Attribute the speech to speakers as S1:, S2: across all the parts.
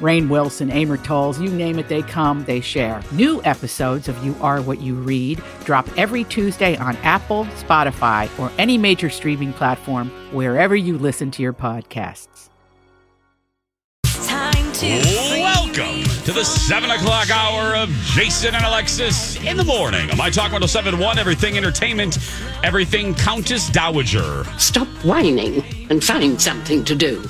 S1: Rain Wilson, Amor Tolls, you name it, they come, they share. New episodes of You Are What You Read drop every Tuesday on Apple, Spotify, or any major streaming platform wherever you listen to your podcasts.
S2: Time to
S3: Welcome to the 7 o'clock hour of Jason and Alexis in the morning. On My Talk 1071, everything entertainment, everything Countess Dowager.
S4: Stop whining and find something to do.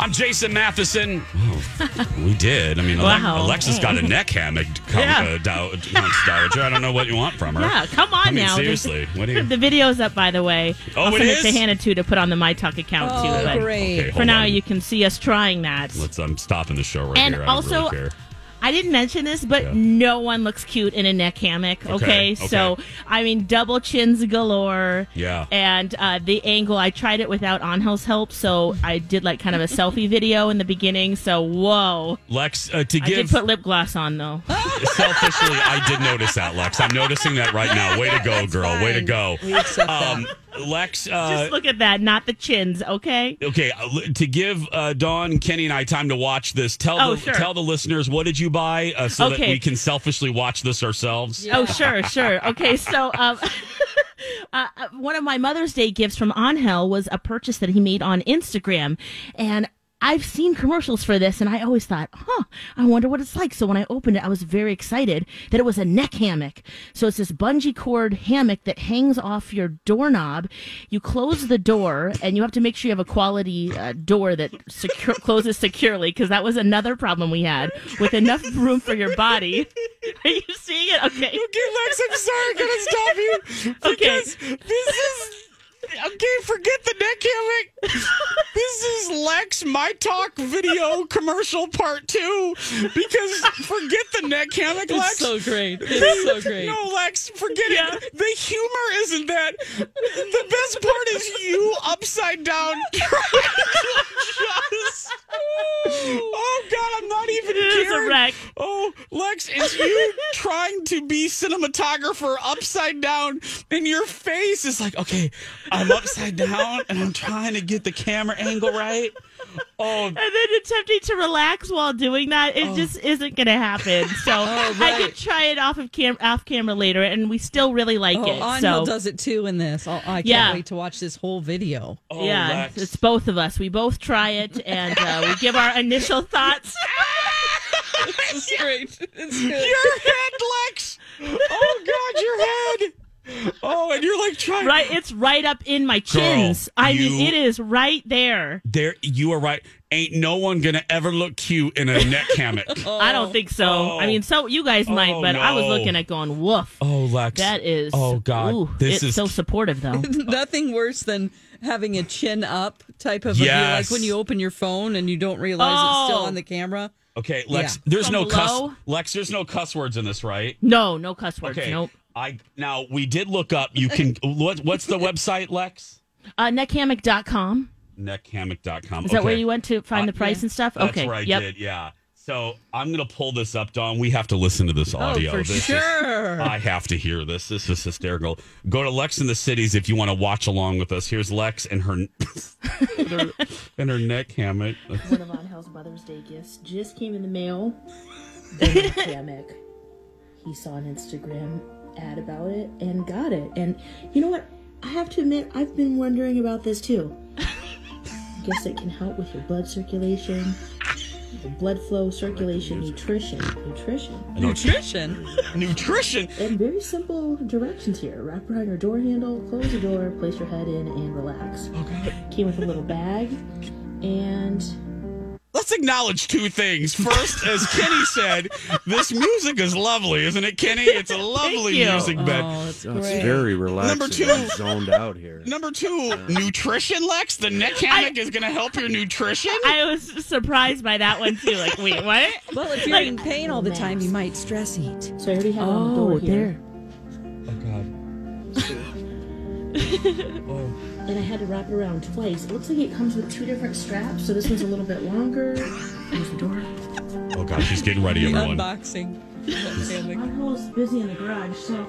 S3: I'm Jason Matheson. Oh, we did. I mean, Ale-
S5: Wow.
S3: Alexis got a neck hammock, com-
S5: Yeah.
S3: uh, Dow- Countess Dowager. I don't know what you want from her.
S5: Yeah, come on
S3: I mean,
S5: now.
S3: Seriously. What do you.
S5: The video's up, by the way.
S3: Oh,
S5: I'll
S3: it
S5: send
S3: is?
S5: it to Hannah too to put on the My Talk account too. But
S3: Okay,
S5: for
S3: hold
S5: now,
S3: on.
S5: you can see us trying that.
S3: Let's, I'm stopping the show right
S5: And
S3: here. I
S5: also-
S3: don't really care.
S5: I didn't mention this, but
S3: Yeah.
S5: no one looks cute in a neck hammock. Okay,
S3: Okay,
S5: so
S3: okay.
S5: I mean, double chins galore.
S3: Yeah.
S5: and uh, the angle. I tried it without Angel's help, so I did like kind of a selfie video in the beginning. So whoa,
S3: Lex, uh,
S5: I
S3: to
S5: did
S3: give.
S5: put lip gloss on though.
S3: Selfishly, I did notice that, Lex. I'm noticing that right now. Way to go, girl. Way to go. Um, Lex, uh,
S5: Just look at that, not the chins. Okay,
S3: okay uh, li- to give uh, dawn kenny and i time to watch this tell
S5: Oh,
S3: the,
S5: sure.
S3: tell the listeners what did you buy uh, so that
S5: Okay.
S3: we can selfishly watch this ourselves
S5: Oh, sure, sure. Okay, so um, uh, one of my Mother's Day gifts from Angel was a purchase that he made on Instagram, and I've seen commercials for this, and I always thought, huh, I wonder what it's like. So when I opened it, I was very excited that it was a neck hammock. So it's this bungee cord hammock that hangs off your doorknob. You close the door, and you have to make sure you have a quality uh, door that secure- closes securely, because that was another problem we had with enough room for your body. Are you seeing it? Okay.
S3: lex i'm sorry i'm gonna stop you
S5: because
S3: this is okay forget the neck hammock this is lex my talk video commercial part two because forget the neck hammock
S6: It's so great. It's so great.
S3: No, Lex, forget it. The humor isn't that. The best part is you upside down trying to just. Oh God, I'm not even
S5: It is a
S3: kidding.
S5: wreck.
S3: Oh, Lex, it's you trying to be cinematographer upside down, and your face is like, okay, I'm upside down, and I'm trying to get the camera angle right. Oh,
S5: And then attempting to relax while doing that, it just isn't going to happen. So
S3: Oh,
S5: I could try it off of cam- off camera later, and we still really like
S6: Oh,
S5: it. so
S6: Angel does it too in this. Oh, I can't
S5: Yeah.
S6: wait to watch this whole video.
S3: oh,
S5: yeah,
S3: Lex.
S5: it's both of us. We both try it, and uh, we give our initial thoughts.
S6: It's great. It's good.
S3: Your head, Lex! Oh God, your head! Oh, and you're like trying.
S5: Right, it's right up in my chins. I mean,
S3: you-
S5: it is right there.
S3: There, you are right. Ain't no one gonna ever look cute in a neck hammock.
S5: I don't think so.
S3: Oh.
S5: I mean, so you guys might,
S3: Oh,
S5: but I was
S3: no.
S5: looking at going woof.
S3: Oh, Lex.
S5: That is.
S3: Oh God,
S5: ooh,
S3: this
S5: it's
S3: is
S5: so supportive though.
S6: Nothing worse than having a chin up type of a view,
S3: Yes.
S6: like when you open your phone and you don't realize it's
S5: Oh.
S6: still on the camera.
S3: okay, Lex.
S6: Yeah.
S3: There's
S5: From
S3: no cuss.
S5: below?
S3: Lex, there's no cuss words in this, right?
S5: No, no cuss words.
S3: Okay.
S5: Nope.
S3: I now we did look up. You can. what, what's the website, Lex?
S5: Uh, neckhammock.com.
S3: Neckhammock.com.
S5: Is that where you went to find the price and stuff?
S3: Uh, That's
S5: okay.
S3: where I
S5: yep.
S3: did. Yeah. So I'm gonna pull this up, Don. We have to listen to
S5: Oh,
S3: this audio.
S6: for
S3: This is-
S6: sure.
S3: I have to hear this. This is hysterical. Go to Lex in the Cities if you want to watch along with us. Here's Lex and her and her, and her neck hammock.
S7: One of Angel's Mother's Day gifts just came in the mail. The hammock. He saw an Instagram ad about it and got it. And you know what? I have to admit, I've been wondering about this too. I guess it can help with your blood circulation, your blood flow, circulation, nutrition, nutrition.
S6: Nutrition.
S3: Nutrition.
S7: And very simple directions here. Wrap around your door handle, close the door, place your head in, and relax. Came with a little bag, and
S3: let's acknowledge two things. First, as Kenny said, this music is lovely, isn't it, Kenny? It's a lovely
S5: you.
S3: music bed.
S6: that's
S2: Oh, it's very relaxing.
S3: Number two.
S2: I'm zoned out here.
S3: Number two, nutrition, Lex. The neck hammock is going to help your nutrition.
S5: I was surprised by that one too. Like, wait, what?
S6: Well, if you're in pain all the time, you might stress eat.
S7: So I already have it on the door here,
S3: Oh, God.
S7: and I had to wrap it around twice. It looks like it comes with two different straps, so this one's a little bit longer. There's the door.
S3: Oh, God. She's getting ready, everyone.
S6: Unboxing.
S7: I'm always busy in the garage, so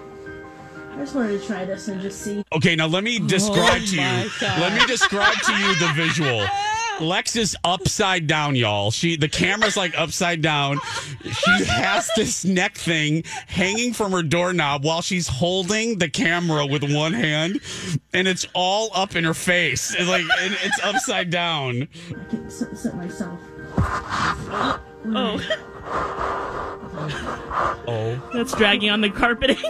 S7: I just wanted to try this and just see.
S3: Okay, now let me describe to you.
S6: Oh my God.
S3: Let me describe to you the visual. Lex is upside down, y'all. She the camera's like upside down. She has this neck thing hanging from her doorknob while she's holding the camera with one hand, and it's all up in her face. It's like and it's upside down.
S7: I can set set myself.
S5: Oh,
S3: Oh.
S5: that's dragging on the carpeting.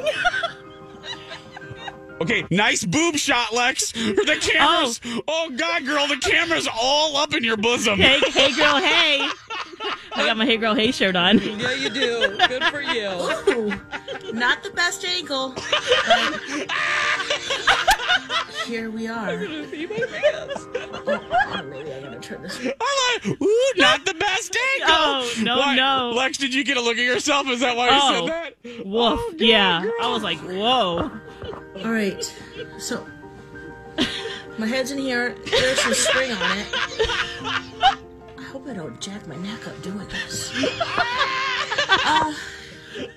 S3: Okay, nice boob shot, Lex. The cameras. Oh. God, girl, the cameras all up in your bosom.
S5: hey, hey, girl, hey. I got my hey, girl, hey shirt on.
S6: Yeah, you do. Good for you.
S7: Not the best ankle. Here we are. Oh, maybe I'm gonna turn this.
S3: I'm like, ooh, not the best angle.
S5: Oh, no,
S3: Why-
S5: no.
S3: Lex, did you get a look at yourself? Is that why you
S5: Oh.
S3: said that?
S5: Woof.
S3: Oh, God,
S5: yeah.
S3: girl.
S5: I was like, whoa.
S7: All right. So my head's in here. There's some spring on it. I hope I don't jack my neck up doing this. Uh,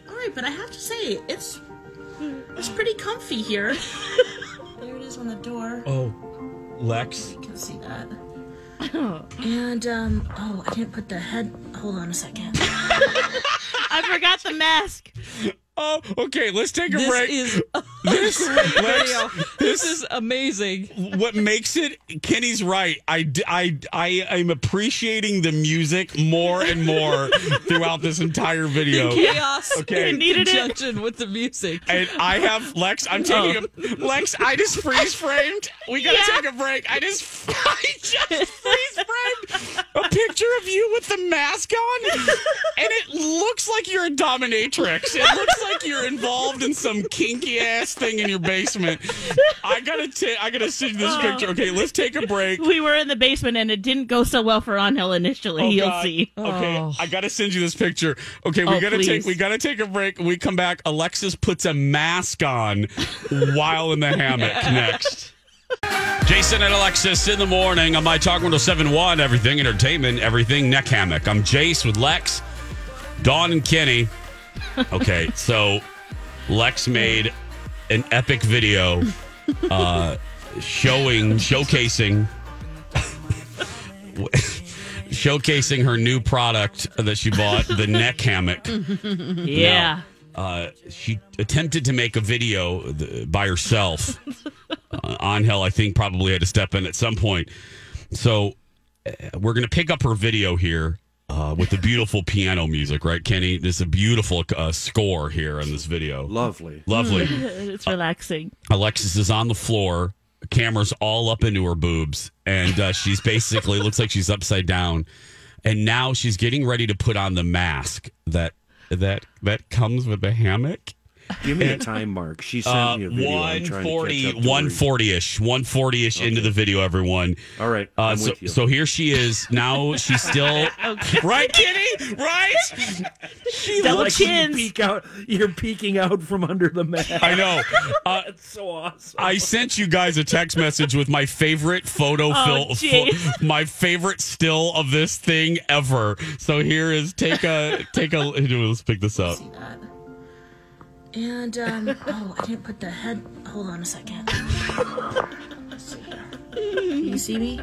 S7: all right, but I have to say it's it's pretty comfy here. There it is on the door.
S3: Oh, Lex.
S7: You can see that. And um, oh, I didn't put the head. Hold on a second.
S5: I forgot the mask.
S3: Oh, okay, let's take a
S6: This
S3: break.
S6: is a
S3: this, Lex,
S6: video. This is amazing.
S3: what makes it Kenny's right. I, d- I, I am appreciating the music more and more throughout this entire video.
S6: Chaos.
S3: Okay.
S6: In
S5: Needed it.
S6: conjunction with the music.
S3: And I have Lex. I'm taking a Lex. I just freeze framed. We gotta
S5: Yeah.
S3: take a break. I just I just freeze framed a picture of you with the mask on, and it looks like you're a dominatrix. It looks like you're involved in some kinky ass thing in your basement. I gotta ta- I gotta send this picture. Okay, let's take a break.
S5: We were in the basement and it didn't go so well for Angel initially.
S3: Oh,
S5: You'll
S3: God.
S5: see.
S3: Okay,
S6: Oh.
S3: I gotta send you this picture. Okay, we
S5: Oh,
S3: gotta take
S5: please.
S3: we gotta take a break. When we come back. Alexis puts a mask on while in the hammock next. Jason and Alexis in the morning on my Talk 1071, everything entertainment, everything neck hammock. I'm Jace with Lex, Dawn and Kenny. Okay, so Lex made an epic video uh, showing, showcasing showcasing her new product that she bought, the neck hammock.
S5: Yeah.
S3: Uh, she attempted to make a video th- by herself. uh, Angel, I think, probably had to step in at some point. So uh, we're going to pick up her video here uh, with the beautiful piano music, right, Kenny? This is a beautiful uh, score here in this video.
S2: Lovely.
S3: Lovely.
S5: It's relaxing.
S3: Alexis is on the floor, cameras all up into her boobs, and uh, she's basically looks like she's upside down. And now she's getting ready to put on the mask that that that comes with the hammock.
S2: Give me a time mark. She sent
S3: Uh,
S2: me a video. I'm trying to
S3: 140,
S2: catch up to her.
S3: 140 ish, 140 ish into the video, everyone.
S2: All right,
S3: Uh,
S2: I'm
S3: so,
S2: with you.
S3: so here she is. Now she's still. Right, Kitty? Right?
S5: Double
S2: Like, you
S5: chins.
S2: peek out. You're peeking out from under the mat.
S3: I know. Uh,
S2: That's so awesome.
S3: I sent you guys a text message with my favorite photo
S5: Oh,
S3: fil-
S5: geez.
S3: fo- my favorite still of this thing ever. So here is take a take a let's pick this up.
S7: See that. And um, oh, I didn't put the head. Hold on a second. Let's see here. Can you see me?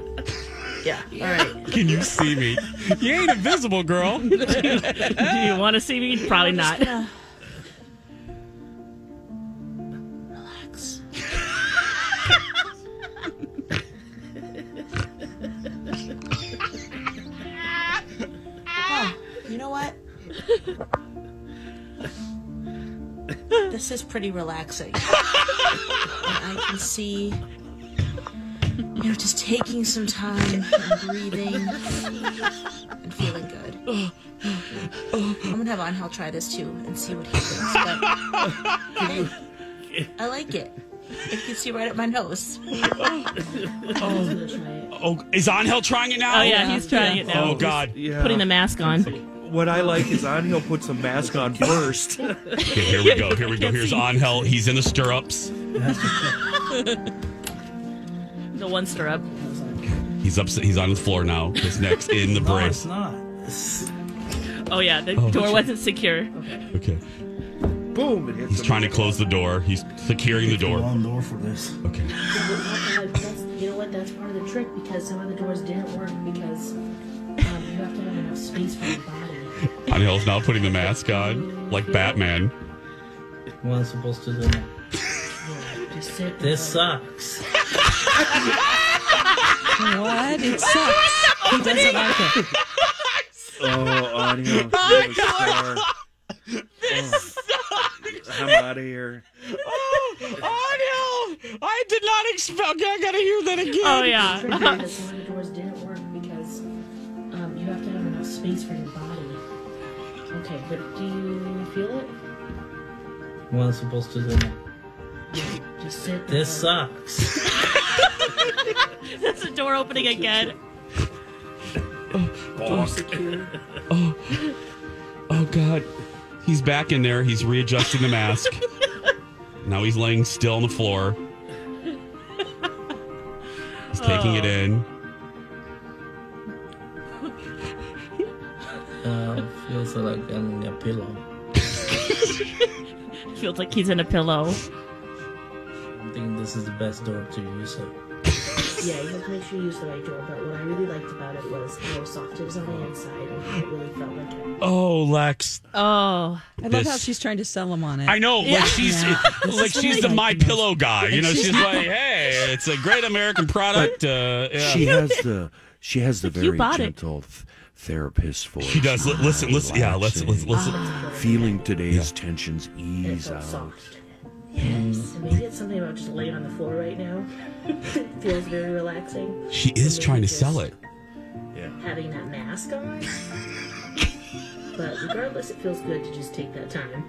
S7: Yeah. All right.
S3: Can you see me? You ain't invisible, girl.
S5: Do you want to see me? Probably not.
S7: Relax. Oh, you know what? This is pretty relaxing. And I can see you know, just taking some time and breathing and feeling good. I'm gonna have Angel try this too and see what he thinks. But I, I like it. It gets you right up my nose.
S3: Oh, is Angel trying it now?
S5: Oh, yeah, he's trying it now.
S3: Oh, God.
S2: Yeah.
S5: Putting the mask on.
S2: what I like is Angel puts a mask on first.
S3: Okay, here we go. Here we go. Here's Angel. He's in the stirrups.
S5: The one stirrup.
S3: He's up. He's on the floor now. His neck's in the brace.
S8: not.
S5: Oh, yeah, the door wasn't secure.
S3: Okay.
S2: Boom! It hits
S3: He's
S2: him.
S3: trying to close the door. He's securing the door.
S8: Long door for this.
S3: Okay.
S7: That's, you know what? That's part of the trick because some of the doors didn't work because um, you have to have enough space for your body.
S3: Angel's now putting the mask on, like Batman.
S8: What am I supposed to do?
S7: Just sit.
S8: This sucks.
S6: What? It sucks. he doesn't like it.
S2: Oh, Anya. I'm I'm out of here.
S3: Oh, Angel! I did not expect. I gotta hear that again.
S5: Oh,
S7: The
S5: yeah.
S7: trick because some of the doors didn't work because um, you have to have enough space for your body. Okay, but do you feel it?
S8: What am I supposed to do?
S7: Just sit.
S8: This sucks.
S5: That's the door opening again.
S2: Boss.
S3: Oh God, he's back in there. He's readjusting the mask. now he's laying still on the floor. He's taking
S7: Oh.
S3: it in.
S8: Uh, feels like I'm in a pillow.
S5: Feels like he's in a pillow.
S8: I think this is the best door to use it.
S7: Yeah, you have to make sure you use the right door. But what I really liked about it was how soft it was on the inside, and how it really felt like it.
S3: Oh, Lex.
S5: Oh,
S6: I love how
S3: This-
S6: she's trying to sell him on it.
S3: I know, like she's like she's the My Pillow guy. You know, she's like, hey, it's a great American product. Uh, yeah.
S2: She has the she has the
S5: But you
S2: very
S5: bought it.
S2: gentle th- therapist voice.
S3: She does. Li- Listen, listen. Yeah, let's let's
S2: Relaxing.
S3: listen.
S2: Feeling today's tensions
S7: And it
S2: ease
S7: felt
S2: out.
S7: soft. Yes. Maybe it's something about just laying on the floor right now. it feels very relaxing.
S3: She is trying to sell it.
S7: Having that mask on. but regardless, it feels good to just take that time.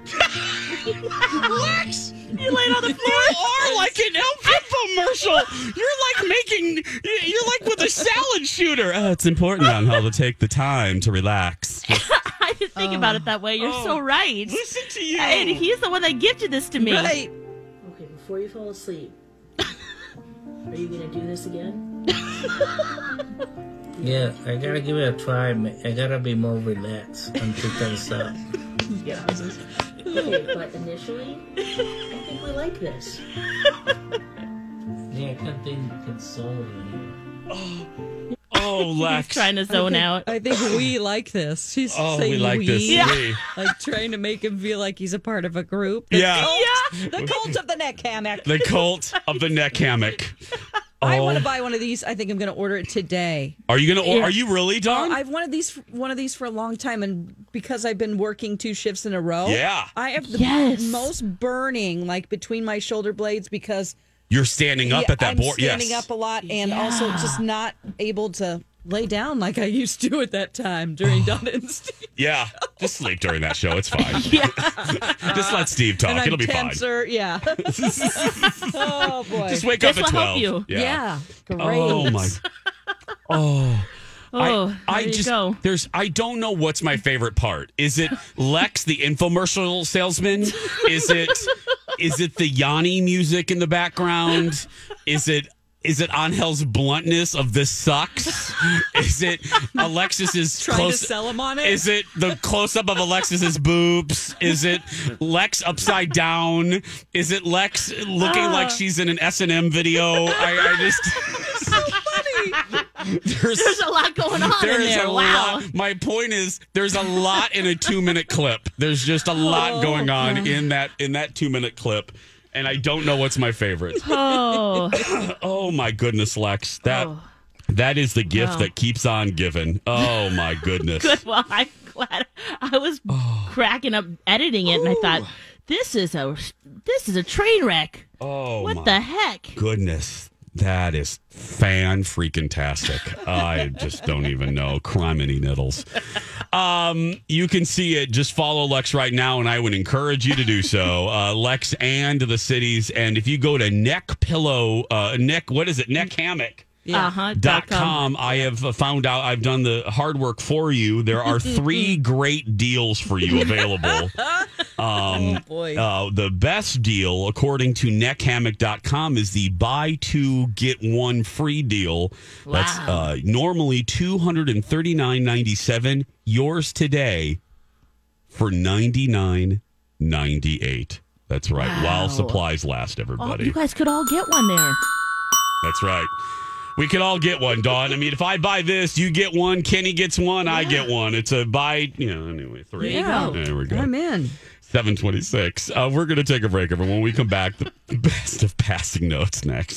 S3: Lex, you laid on the floor. You are like an El commercial. You're like making. You're like with a salad shooter. Uh, it's important on how to take the time to relax.
S5: I didn't think about it that way. You're so
S3: Oh.
S5: right.
S3: Listen to you.
S5: And he's the one that gifted this to me.
S6: Right.
S7: Okay, before you fall asleep, are you gonna do this again?
S8: Yeah, I gotta give it a try. ma- I gotta be more relaxed and pick things up.
S7: Yeah. okay, but initially, I think we like this.
S8: Yeah, I can't think consoling.
S3: oh,
S5: He's
S3: Lex.
S5: trying to zone out.
S6: I think we like this. She's
S3: Oh,
S6: saying
S3: we like this. We.
S6: Like trying to make him feel like he's a part of a group. The
S3: Yeah.
S6: Cult, The cult of the neck hammock.
S3: The cult of the neck hammock.
S6: I
S3: Oh.
S6: want to buy one of these. I think I'm going to order it today.
S3: Are you gonna? Or, are you really Don?
S6: I've wanted these one of these for a long time, and because I've been working two shifts in a row,
S3: Yeah.
S6: I have the
S5: Yes.
S6: most burning like between my shoulder blades because
S3: You're standing up
S6: yeah,
S3: at that
S6: I'm
S3: board.
S6: standing
S3: yes.
S6: up a lot, and also just not able to lay down like I used to at that time
S3: Oh.
S6: during Don and Steve.
S3: yeah. Just sleep during that show. It's fine. Just let Steve talk.
S6: and I'm
S3: It'll be fine.
S6: tenser. Yeah. oh boy.
S3: Just wake
S5: This
S3: up at
S5: will help
S3: twelve.
S5: you.
S6: yeah. Great.
S3: Oh my. Oh.
S5: Oh, there
S3: I, I
S5: you
S3: just
S5: go.
S3: there's I don't know what's my favorite part. Is it Lex the infomercial salesman? Is it is it the Yanni music in the background? Is it is it Angel's bluntness of this sucks? Is it Alexis's
S6: Trying
S3: close
S6: to sell him on it.
S3: Is it the close up of Alexis's boobs? Is it Lex upside down? Is it Lex looking like
S5: Ah.
S3: she's in an S and M video? I, I just
S5: There's a lot going on in there. wow.
S3: lot. My point is, there's a lot in a two minute clip. There's just a lot
S5: Oh,
S3: going on in that in that two minute clip, and I don't know what's my favorite.
S5: Oh,
S3: oh my goodness, Lex, that that is the gift that keeps on giving. Oh my goodness.
S5: good. Well, I'm glad. I was
S3: Oh.
S5: cracking up editing it, and I thought this is a this is a train wreck.
S3: Oh
S5: what
S3: my
S5: the heck?
S3: goodness. That is fan freaking tastic. I just don't even know. Criminy nettles. Um, you can see it. Just follow Lex right now, and I would encourage you to do so. Uh, Lex and the cities. And if you go to neck pillow, uh, neck, what is it? Neck hammock
S5: Uh-huh.
S3: dot com. I have uh, found out I've done the hard work for you. There are three great deals for you available. Um,
S6: boy.
S3: uh, the best deal, according to neckhammock.com, is the buy two, get one free deal. That's uh, normally $239.97. Yours today for $99.98. That's right. While supplies last,
S5: Oh,
S3: everybody.
S5: you guys could all get one there.
S3: That's right. We could all get one, Dawn. I mean, if I buy this, you get one. Kenny gets one. I get one. It's a buy. You know, anyway, three.
S6: There you go.
S3: There we go.
S6: I'm in.
S3: Seven twenty-six. Uh, we're gonna take a break, everyone. When we come back, the best of passing notes next.